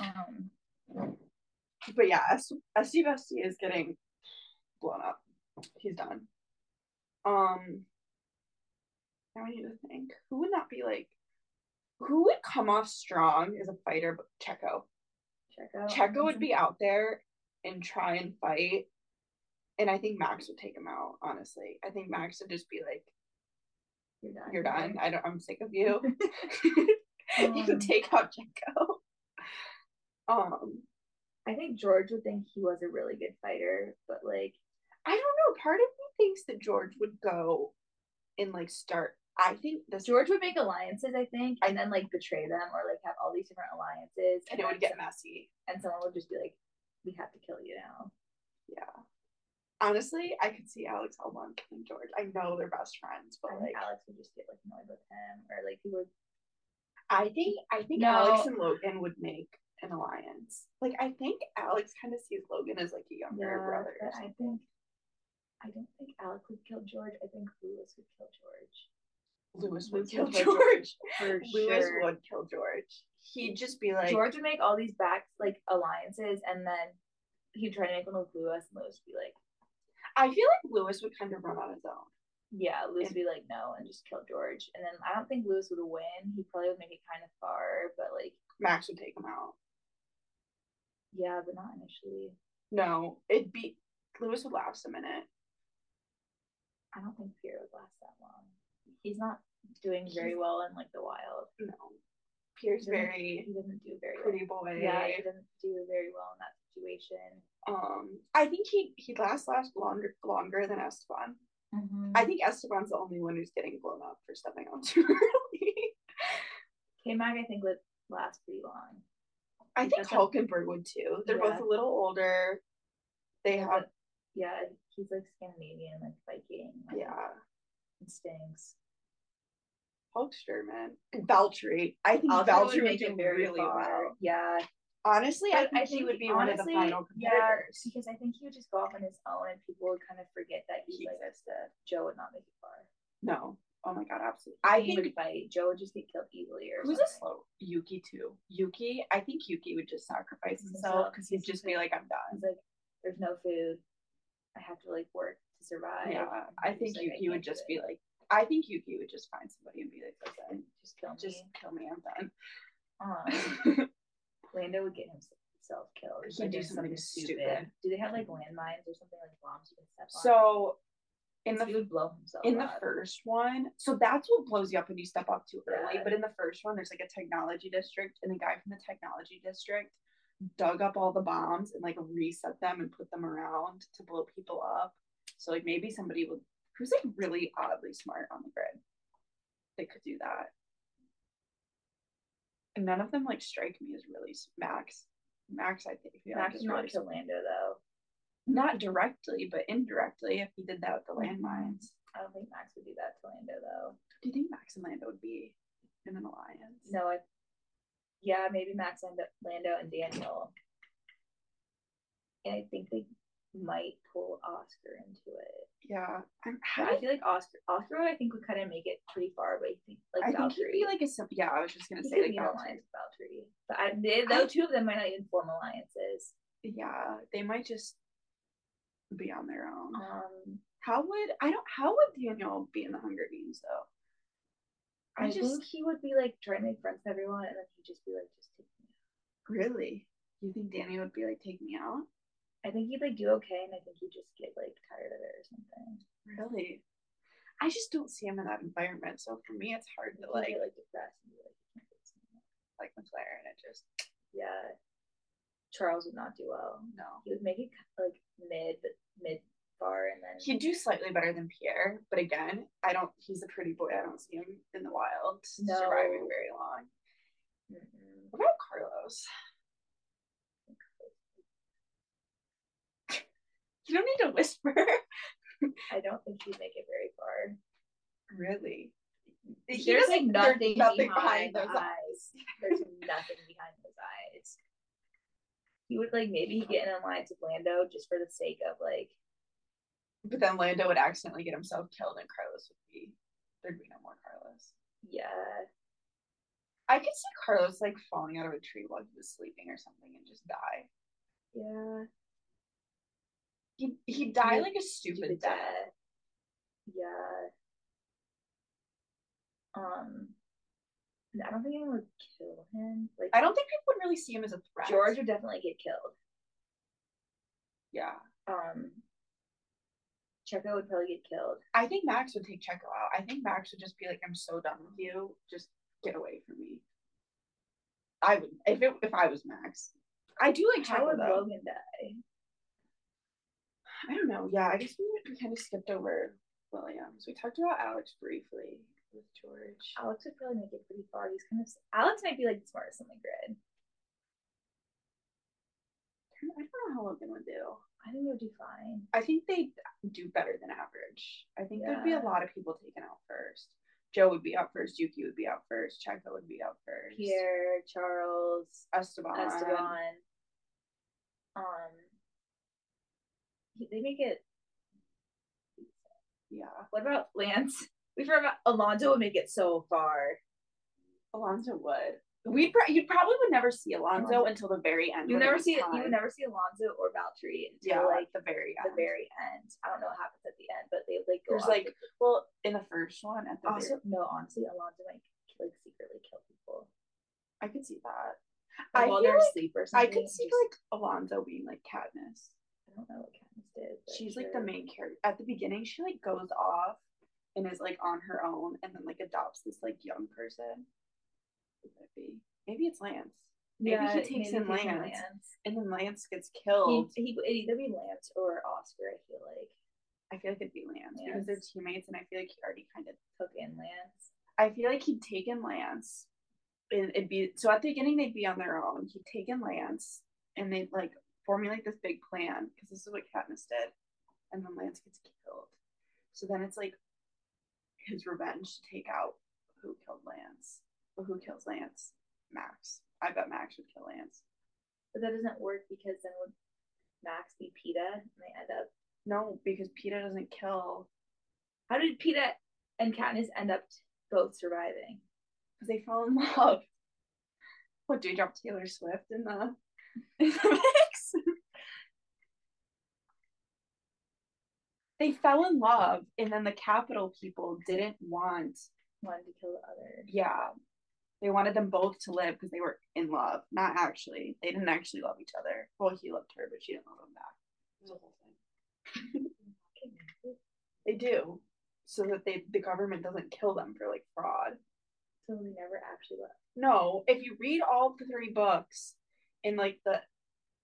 Speaker 2: Um,
Speaker 1: but yeah, S- SD Bestie is getting blown up. He's done. Um, now I need to think who would not be like, who would come off strong as a fighter? But Checo,
Speaker 2: Checo.
Speaker 1: Checo would be out there and try and fight, and I think Max would take him out. Honestly, I think Max would just be like,
Speaker 2: You're done.
Speaker 1: "You're done. I don't. I'm sick of you. you
Speaker 2: Um,
Speaker 1: can take out Checo." Um,
Speaker 2: I think George would think he was a really good fighter, but like
Speaker 1: I don't know. Part of me thinks that George would go and like start. I think this
Speaker 2: George would make alliances, I think, and then like betray them or like have all these different alliances,
Speaker 1: and it
Speaker 2: then
Speaker 1: would get messy.
Speaker 2: and someone would just be like, "We have to kill you now."
Speaker 1: Honestly, I could see Alex Albon and George. I know they're best friends, but
Speaker 2: I think
Speaker 1: like
Speaker 2: Alex would just get like annoyed with him, or like he would.
Speaker 1: I think I think
Speaker 2: No.
Speaker 1: Alex and Logan would make an alliance. Like I think Alex kind of sees Logan as like a younger brother.
Speaker 2: but I think I don't think Alex would kill George. I think Lewis would kill George
Speaker 1: Lewis
Speaker 2: would
Speaker 1: would kill
Speaker 2: kill
Speaker 1: George.
Speaker 2: for
Speaker 1: Lewis
Speaker 2: sure.
Speaker 1: would kill George. He'd just be like
Speaker 2: George would make all these back like alliances, and then he'd try to make one with Lewis, and Lewis would be like,
Speaker 1: I feel like Lewis would kind of run on his own.
Speaker 2: Yeah, Lewis would be like no and just kill George, and then I don't think Lewis would win. He probably would make it kind of far, but like
Speaker 1: Max would take him out.
Speaker 2: yeah, but not initially.
Speaker 1: No, it'd be Lewis would last a minute.
Speaker 2: I don't think Pierre would last that long. He's not doing very well in like the wild.
Speaker 1: No, Pierre's
Speaker 2: Doesn't-
Speaker 1: very
Speaker 2: He doesn't do very well.
Speaker 1: pretty boy.
Speaker 2: Yeah, he doesn't do very well in that situation.
Speaker 1: Um, I think he he lasts last longer longer than Esteban.
Speaker 2: I
Speaker 1: I think Esteban's the only one who's getting blown up for stepping on too early.
Speaker 2: K Mac I think would last pretty long.
Speaker 1: I think
Speaker 2: That's a-
Speaker 1: Hulkenberg would too. They're both
Speaker 2: Yeah.
Speaker 1: a little older. They
Speaker 2: Yeah,
Speaker 1: have
Speaker 2: but- Yeah, he's like Scandinavian, like Viking. Like,
Speaker 1: yeah.
Speaker 2: instincts.
Speaker 1: Hulk Sherman. And Valtteri. I think
Speaker 2: Valtteri
Speaker 1: Valtteri
Speaker 2: would
Speaker 1: would
Speaker 2: make
Speaker 1: do
Speaker 2: it very
Speaker 1: really
Speaker 2: far.
Speaker 1: well.
Speaker 2: Yeah,
Speaker 1: Honestly, I think,
Speaker 2: But
Speaker 1: he would be one of the
Speaker 2: honestly,
Speaker 1: final
Speaker 2: Yeah,
Speaker 1: competitors.
Speaker 2: because I think he would just go off on his own, and people would kind of forget that he,
Speaker 1: He
Speaker 2: like Joe would not make it far.
Speaker 1: No. Oh my god, absolutely. I
Speaker 2: he
Speaker 1: think
Speaker 2: would fight. Joe would just get killed easily, or
Speaker 1: who's a
Speaker 2: something.
Speaker 1: slow Yuki too. Yuki, I think Yuki would just sacrifice himself
Speaker 2: Himself,
Speaker 1: because he'd just be like, I'm done.
Speaker 2: He's like, "There's no food. I have to like work to survive."
Speaker 1: Yeah, I
Speaker 2: He's
Speaker 1: think
Speaker 2: like,
Speaker 1: Yuki would
Speaker 2: can't do
Speaker 1: just
Speaker 2: it.
Speaker 1: be like, I think Yuki would just find somebody and be like, listen,
Speaker 2: "Just kill me."
Speaker 1: just kill me, I'm
Speaker 2: um,
Speaker 1: done.
Speaker 2: Lando would get himself killed.
Speaker 1: He'd do
Speaker 2: doing
Speaker 1: something stupid.
Speaker 2: Do they have like landmines or something like bombs you can step on?
Speaker 1: so in
Speaker 2: So
Speaker 1: the
Speaker 2: he would blow himself
Speaker 1: in the
Speaker 2: up.
Speaker 1: first one so that's what blows you up when you step up too early
Speaker 2: Yeah.
Speaker 1: but in the first one there's like a technology district and the guy from the technology district dug up all the bombs and like reset them and put them around to blow people up so like maybe somebody would who's like really oddly smart on the grid they could do that and none of them like strike me as really s- max max i think yeah,
Speaker 2: Max
Speaker 1: is
Speaker 2: would not
Speaker 1: really
Speaker 2: kill Lando though.
Speaker 1: not directly but indirectly if he did that with the
Speaker 2: Mm-hmm.
Speaker 1: landmines
Speaker 2: I don't think Max would do that to Lando though.
Speaker 1: Do you think Max and Lando would be in an alliance?
Speaker 2: No, I. Yeah, maybe Max and Lando and Daniel. And I think they might pull Oscar into it.
Speaker 1: Yeah. I'm, how
Speaker 2: But I
Speaker 1: do-
Speaker 2: feel like Oscar, Oscar, I think would kind of make it pretty far, but I think like
Speaker 1: I think he'd be
Speaker 2: Valkyrie.
Speaker 1: like a sim- yeah. I was just gonna
Speaker 2: He
Speaker 1: say like
Speaker 2: could be an
Speaker 1: Valtteri.
Speaker 2: alliance with Valkyrie. But I, they, though,
Speaker 1: I-
Speaker 2: two of them might not even form alliances.
Speaker 1: yeah. They might just be on their own.
Speaker 2: Um,
Speaker 1: How would I don't? How would Daniel be in the Hunger Games though?
Speaker 2: I, think he would be like trying to make friends with everyone, and then he'd just be like, just take me.
Speaker 1: really. You think Danny would be like, take me out?
Speaker 2: I think he'd like do okay, and I think he'd just get like tired of it or something.
Speaker 1: Really? I just don't see him in that environment. So for me, it's hard to
Speaker 2: like
Speaker 1: like
Speaker 2: get, like depressed and be like, "I can't do this anymore."
Speaker 1: like McLaren. It just
Speaker 2: yeah. Charles would not do well.
Speaker 1: no.
Speaker 2: He would make it ki- like mid, but mid far, and then
Speaker 1: He'd do slightly better than Pierre, but again, I don't. He's a pretty boy. I don't see him in the wild
Speaker 2: No.
Speaker 1: surviving very long.
Speaker 2: Mm-mm.
Speaker 1: What about Carlos? You don't need to whisper.
Speaker 2: I don't think he'd make it very far.
Speaker 1: Really? He
Speaker 2: There's like
Speaker 1: doesn't-
Speaker 2: nothing,
Speaker 1: there's nothing
Speaker 2: behind,
Speaker 1: behind
Speaker 2: those
Speaker 1: those
Speaker 2: eyes. There's nothing behind those eyes. He would like maybe he'd get in alliance with Lando just for the sake of like
Speaker 1: But then Lando would accidentally get himself killed, and Carlos would be there'd be no more Carlos.
Speaker 2: yeah
Speaker 1: I could see Carlos like falling out of a tree while he was sleeping or something and just die.
Speaker 2: yeah
Speaker 1: He he'd die
Speaker 2: Yeah.
Speaker 1: like a
Speaker 2: stupid
Speaker 1: stupid
Speaker 2: death.
Speaker 1: death.
Speaker 2: Yeah. Um, I don't think anyone would kill him. Like
Speaker 1: I don't think people would really see him as a threat.
Speaker 2: George would definitely get killed.
Speaker 1: yeah.
Speaker 2: Um, Checo would probably get killed.
Speaker 1: I think Max would take Checo out. I think Max would just be like, "I'm so done with you. Just get away from me." I would if it, if I was Max. I do like
Speaker 2: How
Speaker 1: Checo
Speaker 2: would
Speaker 1: though.
Speaker 2: Logan die?
Speaker 1: I don't know. Yeah, I guess we, we kind of skipped over Williams. We talked about Alex briefly with George.
Speaker 2: Alex would probably make it pretty far. He's kind of Alex might be like the smartest on the grid.
Speaker 1: I don't know how Logan would do.
Speaker 2: I think he would do fine.
Speaker 1: I think they do better than average. I think there'd be
Speaker 2: Yeah.
Speaker 1: a lot of people taken out first. Joe would be out first. Yuki would be out first. Checo would be out first.
Speaker 2: Pierre, Charles,
Speaker 1: Esteban.
Speaker 2: Esteban. Um, he- they make it.
Speaker 1: Yeah.
Speaker 2: What about Lance? We forgot Alonso would make it so far.
Speaker 1: Alonso would. We'd pro- you probably would never see Alonso until the very end.
Speaker 2: You
Speaker 1: when it
Speaker 2: never
Speaker 1: was
Speaker 2: see it. You
Speaker 1: time.
Speaker 2: would never see Alonso or Valtteri
Speaker 1: yeah,
Speaker 2: until like
Speaker 1: like the very
Speaker 2: the
Speaker 1: end.
Speaker 2: very end. I don't know what happens at the end, but they like go
Speaker 1: There's
Speaker 2: off
Speaker 1: like
Speaker 2: the-
Speaker 1: well in the first one at the very-
Speaker 2: also no. Honestly, Alonso might like secretly kill people.
Speaker 1: I could see that. I
Speaker 2: Like,
Speaker 1: feel
Speaker 2: while they're
Speaker 1: like
Speaker 2: asleep
Speaker 1: I
Speaker 2: or something.
Speaker 1: could see
Speaker 2: just-
Speaker 1: like Alonso being like Katniss.
Speaker 2: I don't know what Katniss did. but
Speaker 1: She's like the
Speaker 2: sure.
Speaker 1: main character. At the beginning, she like goes off and is like on her own, and then like adopts this like young person. Who could it be? Maybe it's Lance, Maybe he takes in
Speaker 2: takes Oh.
Speaker 1: Lance. and then Lance gets killed.
Speaker 2: He, he it'd either be Lance or Oscar. I feel like
Speaker 1: I feel like it'd be Lance because they're teammates, and I feel like he already kind of.
Speaker 2: Cook and Lance.
Speaker 1: I feel like he'd taken Lance, and it'd be so at the beginning they'd be on their own. He'd taken Lance, and they'd like formulate this big plan because this is what Katniss did, and then Lance gets killed. So then it's like his revenge to take out who killed Lance. But who kills Lance? Max. I bet Max would kill Lance.
Speaker 2: But that doesn't work because then would Max be PETA and they end up.
Speaker 1: No, because PETA doesn't kill
Speaker 2: How did PETA and Katniss end up both surviving?
Speaker 1: because they fell in love. What do you drop Taylor Swift in the, in the mix? they fell in love, and then the Capitol people didn't want.
Speaker 2: One to kill the other.
Speaker 1: Yeah, they wanted them both to live because they were in love. Not actually, they didn't actually love each other. Well, he loved her, but she didn't love him back. It was a whole thing. They do so that they the government doesn't kill them for like fraud.
Speaker 2: So they never actually left.
Speaker 1: No, if you read all the three books in like the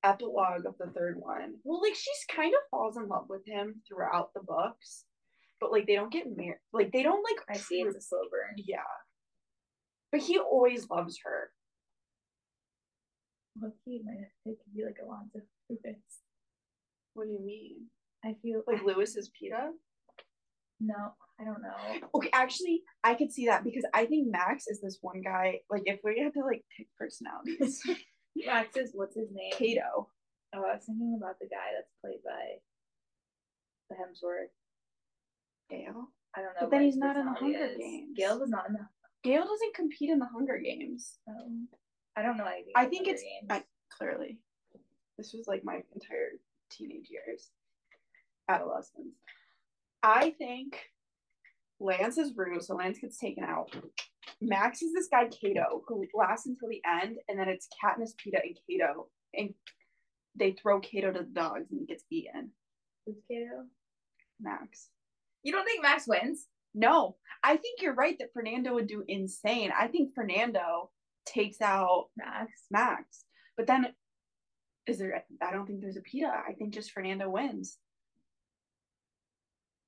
Speaker 1: epilogue of the third one, well, like she's kind of falls in love with him throughout the books, but like they don't get married. Like they don't like.
Speaker 2: I see
Speaker 1: tru-
Speaker 2: it's a slow burn.
Speaker 1: yeah, but he always loves her.
Speaker 2: Look, he might have, it could be like Alonzo Lewis.
Speaker 1: What do you mean?
Speaker 2: I feel
Speaker 1: Like Lewis is Peta?
Speaker 2: no, I don't know.
Speaker 1: Okay, actually, I could see that because I think Max is this one guy. Like, if we had to like pick personalities,
Speaker 2: Max is what's his name?
Speaker 1: Kato.
Speaker 2: Oh, I was thinking about the guy that's played by the Hemsworth.
Speaker 1: Gail.
Speaker 2: I don't know.
Speaker 1: But then
Speaker 2: what
Speaker 1: he's
Speaker 2: his
Speaker 1: not in the
Speaker 2: personality
Speaker 1: Hunger
Speaker 2: is.
Speaker 1: Games.
Speaker 2: Gail was not in the
Speaker 1: Gail doesn't compete in the Hunger Games.
Speaker 2: Um, I don't know anything.
Speaker 1: I
Speaker 2: about
Speaker 1: think
Speaker 2: Hunger
Speaker 1: it's-
Speaker 2: Games.
Speaker 1: I- clearly. This was like my entire teenage years, adolescence. I think Lance is rude, so Lance gets taken out. Max is this guy Kato who lasts until the end, and then it's Katniss, Peta, and Kato, and they throw Kato to the dogs, and he gets eaten.
Speaker 2: Who's Kato?
Speaker 1: Max.
Speaker 2: You don't think Max wins?
Speaker 1: No, I think you're right that Fernando would do insane. I think Fernando takes out
Speaker 2: Max.
Speaker 1: Max. But then, is there? I don't think there's a PETA. I think just Fernando wins.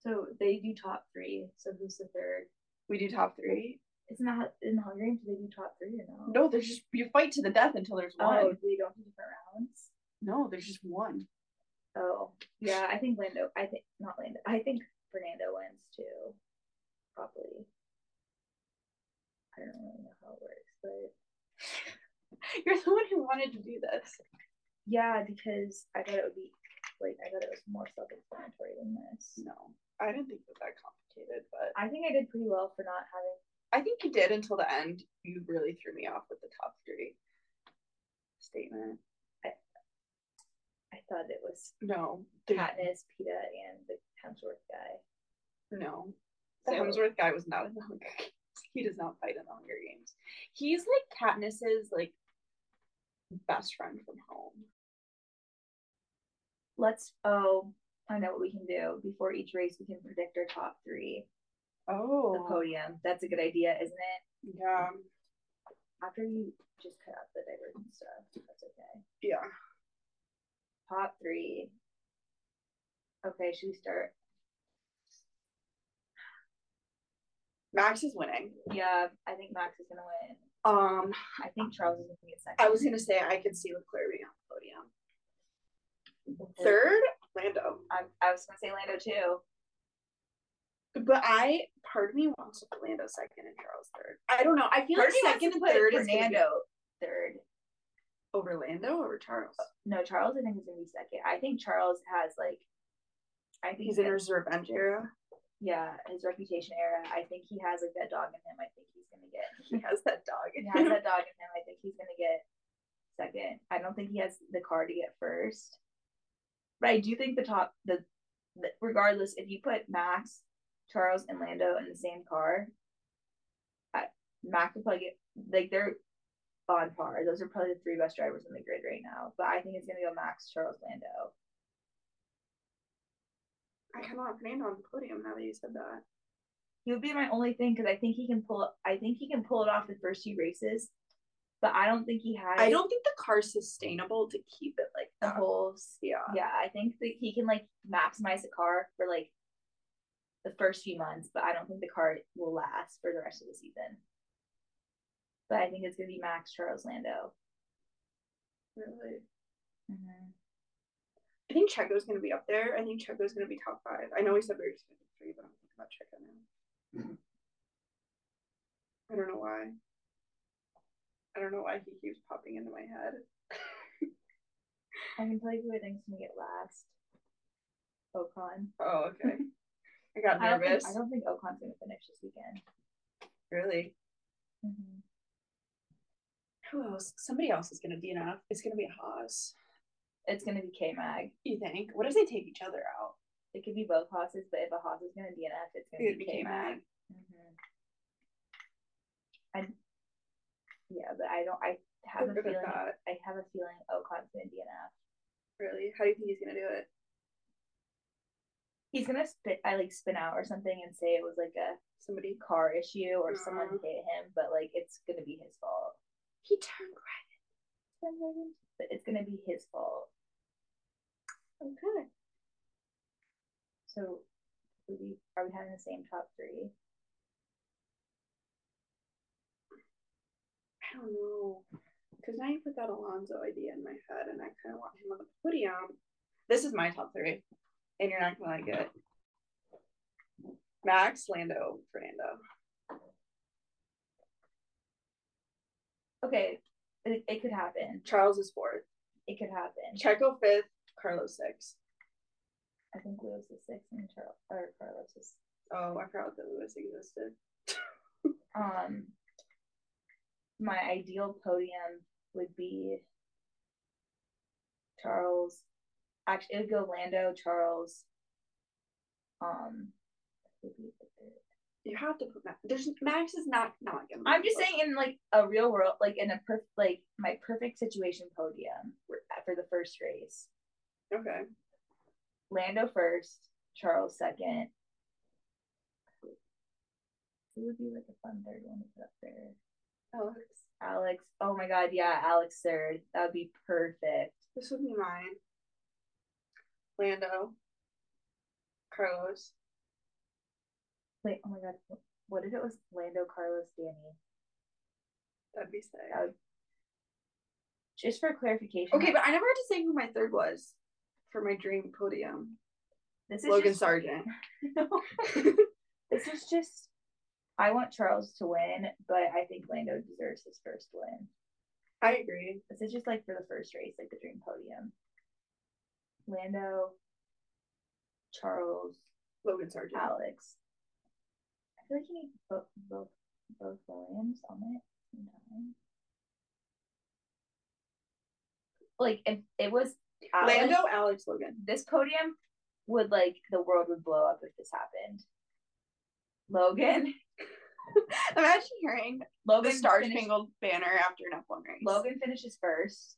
Speaker 2: So they do top three. So who's the third?
Speaker 1: We do top three.
Speaker 2: It's not in the Hunger Games. Do they do top three or no?
Speaker 1: No, there's just you fight to the death until there's one.
Speaker 2: Oh, we don't do different rounds.
Speaker 1: No, there's just one.
Speaker 2: Oh, yeah. I think Lando. I think not Lando. I think Fernando wins too. Probably. I don't really know how it works, but
Speaker 1: You're the one who wanted to do this.
Speaker 2: yeah, because I thought it would be like I thought it was more self-explanatory than this.
Speaker 1: No, I didn't think it was that complicated, but
Speaker 2: I think I did pretty well for not having.
Speaker 1: I think you did until the end. You really threw me off with the top three statement.
Speaker 2: I thought it was
Speaker 1: No, there's-
Speaker 2: Katniss, PETA, and the Hemsworth guy.
Speaker 1: no. The
Speaker 2: So-
Speaker 1: Hemsworth guy was not in the Hunger Games. He does not fight in the Hunger Games. He's like Katniss's like best friend from home.
Speaker 2: Let's oh, I know what we can do. Before each race, we can predict our top three,
Speaker 1: Oh,
Speaker 2: the podium. That's a good idea, isn't it?
Speaker 1: yeah,
Speaker 2: After you just cut out the divergent stuff, that's okay.
Speaker 1: yeah.
Speaker 2: Top three. Okay, should we start?
Speaker 1: Max is winning.
Speaker 2: Yeah, I think Max is gonna win.
Speaker 1: Um,
Speaker 2: I think Charles is gonna get second.
Speaker 1: I was gonna say I could see Leclerc being on the podium. Third, Lando.
Speaker 2: I, I was gonna say Lando too.
Speaker 1: But I, part of me wants to put Lando second and Charles third. I don't know. I feel
Speaker 2: First,
Speaker 1: like
Speaker 2: second,
Speaker 1: second
Speaker 2: and
Speaker 1: and third is gonna be
Speaker 2: Fernando. Third.
Speaker 1: over Lando over Charles.
Speaker 2: No, Charles I think is gonna be second. I think Charles has like I think
Speaker 1: He's in his revenge era.
Speaker 2: yeah, his reputation era. I think he has like that dog in him. I think he's gonna get. He has that dog. He has that dog in him. I think he's gonna get second. I don't think he has the car to get first. But I do think the top the, the regardless if you put Max, Charles, and Lando in the same car, I, Max will probably get like they're on par. Those are probably the three best drivers in the grid right now. But I think it's gonna go Max, Charles, Lando.
Speaker 1: I kind of want Fernando on the podium now that you said that.
Speaker 2: He would be my only thing because I think he can pull. I think he can pull it off the first few races, but I don't think he has.
Speaker 1: I don't think the car's sustainable to keep it like
Speaker 2: the
Speaker 1: that.
Speaker 2: whole.
Speaker 1: yeah.
Speaker 2: Yeah, I think that he can like maximize the car for like the first few months, but I don't think the car will last for the rest of the season. But I think it's gonna be Max, Charles, Lando.
Speaker 1: Really.
Speaker 2: Mm-hmm.
Speaker 1: I think Checo's gonna be up there. I think Checo's gonna be top five. I know we said we were just gonna do three, but I'm thinking about Checo now. I don't know why. I don't know why he keeps popping into my head.
Speaker 2: I can tell you who I think's gonna get last. Ocon.
Speaker 1: Oh, okay. I got
Speaker 2: I don't, think,
Speaker 1: nervous.
Speaker 2: I don't think Ocon's gonna finish this weekend.
Speaker 1: really.
Speaker 2: Mm-hmm.
Speaker 1: Who else? Somebody else is gonna be enough. It's gonna be Haas.
Speaker 2: It's gonna be K Mag.
Speaker 1: You think? What if they take each other out?
Speaker 2: It could be both hosses, but if a hoss is gonna DNF, it's gonna
Speaker 1: It
Speaker 2: be
Speaker 1: became
Speaker 2: K Mag.
Speaker 1: mine.
Speaker 2: Mm-hmm. I yeah, but I don't. I have
Speaker 1: I'm
Speaker 2: a
Speaker 1: good at
Speaker 2: feeling.
Speaker 1: that.
Speaker 2: I have a feeling Ocon's gonna DNF.
Speaker 1: Really? How do you think he's gonna do it?
Speaker 2: He's gonna spit. I like spin out or something and say it was like a
Speaker 1: Somebody.
Speaker 2: car issue or someone
Speaker 1: Mhm.
Speaker 2: hit him, but like it's gonna be his fault.
Speaker 1: He turned right.
Speaker 2: But it's gonna be his fault.
Speaker 1: Okay.
Speaker 2: So, do we are we having the same top three?
Speaker 1: I don't know. Because now you put that Alonzo idea in my head, and I kind of want him on the podium. This is my top three, and you're not gonna like it. Max, Lando, Fernando.
Speaker 2: Okay, it, it could happen.
Speaker 1: Charles is fourth.
Speaker 2: It could happen.
Speaker 1: Checo fifth. Carlos sixth.
Speaker 2: I think Lewis is six and Charles or Carlos is
Speaker 1: Oh, I forgot that Lewis existed.
Speaker 2: um my ideal podium would be Charles. Actually, it would go Lando, Charles. Um, would be the third.
Speaker 1: You have to put Max. There's Max is not not gonna.
Speaker 2: I'm just saying, in like a real world, like in a perfect, like my perfect situation podium for the first race.
Speaker 1: Okay.
Speaker 2: Lando first, Charles second. It would be like a fun third one to put up there.
Speaker 1: Alex,
Speaker 2: Alex, oh my god, yeah, Alex third. That would be perfect.
Speaker 1: this would be mine. Lando. Carlos.
Speaker 2: Wait, oh my god, what if it was Lando, Carlos, Danny?
Speaker 1: That'd be sick.
Speaker 2: That would- Just for clarification,
Speaker 1: Okay, but I never had to say who my third was for my dream podium.
Speaker 2: this is
Speaker 1: Logan
Speaker 2: just,
Speaker 1: Sargent.
Speaker 2: this is just. I want Charles to win, but I think Lando deserves his first win.
Speaker 1: I agree.
Speaker 2: This is just like for the first race, like the dream podium. Lando, Charles,
Speaker 1: Logan Sargent.
Speaker 2: Alex. I feel like you need both both both Williams on it sometime. Like if it was Alex,
Speaker 1: Lando, Alex, Logan.
Speaker 2: this podium would like the world would blow up if this happened. Logan,
Speaker 1: Imagine hearing
Speaker 2: Logan
Speaker 1: the Star
Speaker 2: finished-
Speaker 1: Spangled Banner after an F1 race.
Speaker 2: Logan finishes first.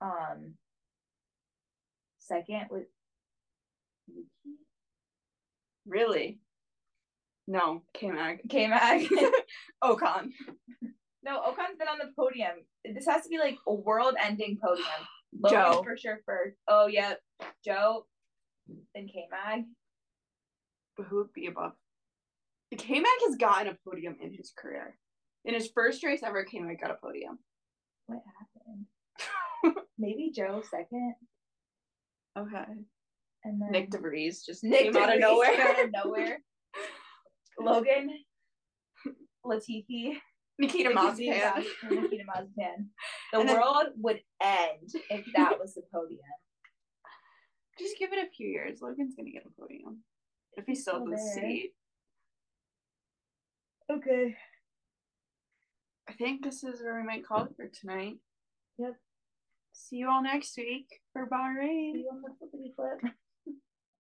Speaker 2: Um, second was Yuki.
Speaker 1: Really? No, Oh, K-Mag.
Speaker 2: K Mag.
Speaker 1: Ocon.
Speaker 2: no, Ocon's been on the podium. This has to be like a world-ending podium. Logan
Speaker 1: Joe.
Speaker 2: for sure first. Oh yep, Joe. Then K Mag.
Speaker 1: But who would be above? K-Mag has gotten a podium in his career. In his first race ever, K-Mag got a podium.
Speaker 2: What happened? Maybe Joe second,
Speaker 1: Okay.
Speaker 2: and then
Speaker 1: Nick DeVries just
Speaker 2: Nick
Speaker 1: came out
Speaker 2: DeVries
Speaker 1: of nowhere.
Speaker 2: Out of nowhere. Logan. Latifi.
Speaker 1: Nikita Mazepin.
Speaker 2: Nikita Mazepin. The
Speaker 1: And then-
Speaker 2: world would end if that was the podium.
Speaker 1: Just give it a few years. Logan's gonna get a podium. If he's still in the
Speaker 2: Still there.
Speaker 1: seat.
Speaker 2: Okay.
Speaker 1: I think this is where we might call it for tonight.
Speaker 2: Yep.
Speaker 1: See you all next week for Bahrain.
Speaker 2: Do you want the flippity flip?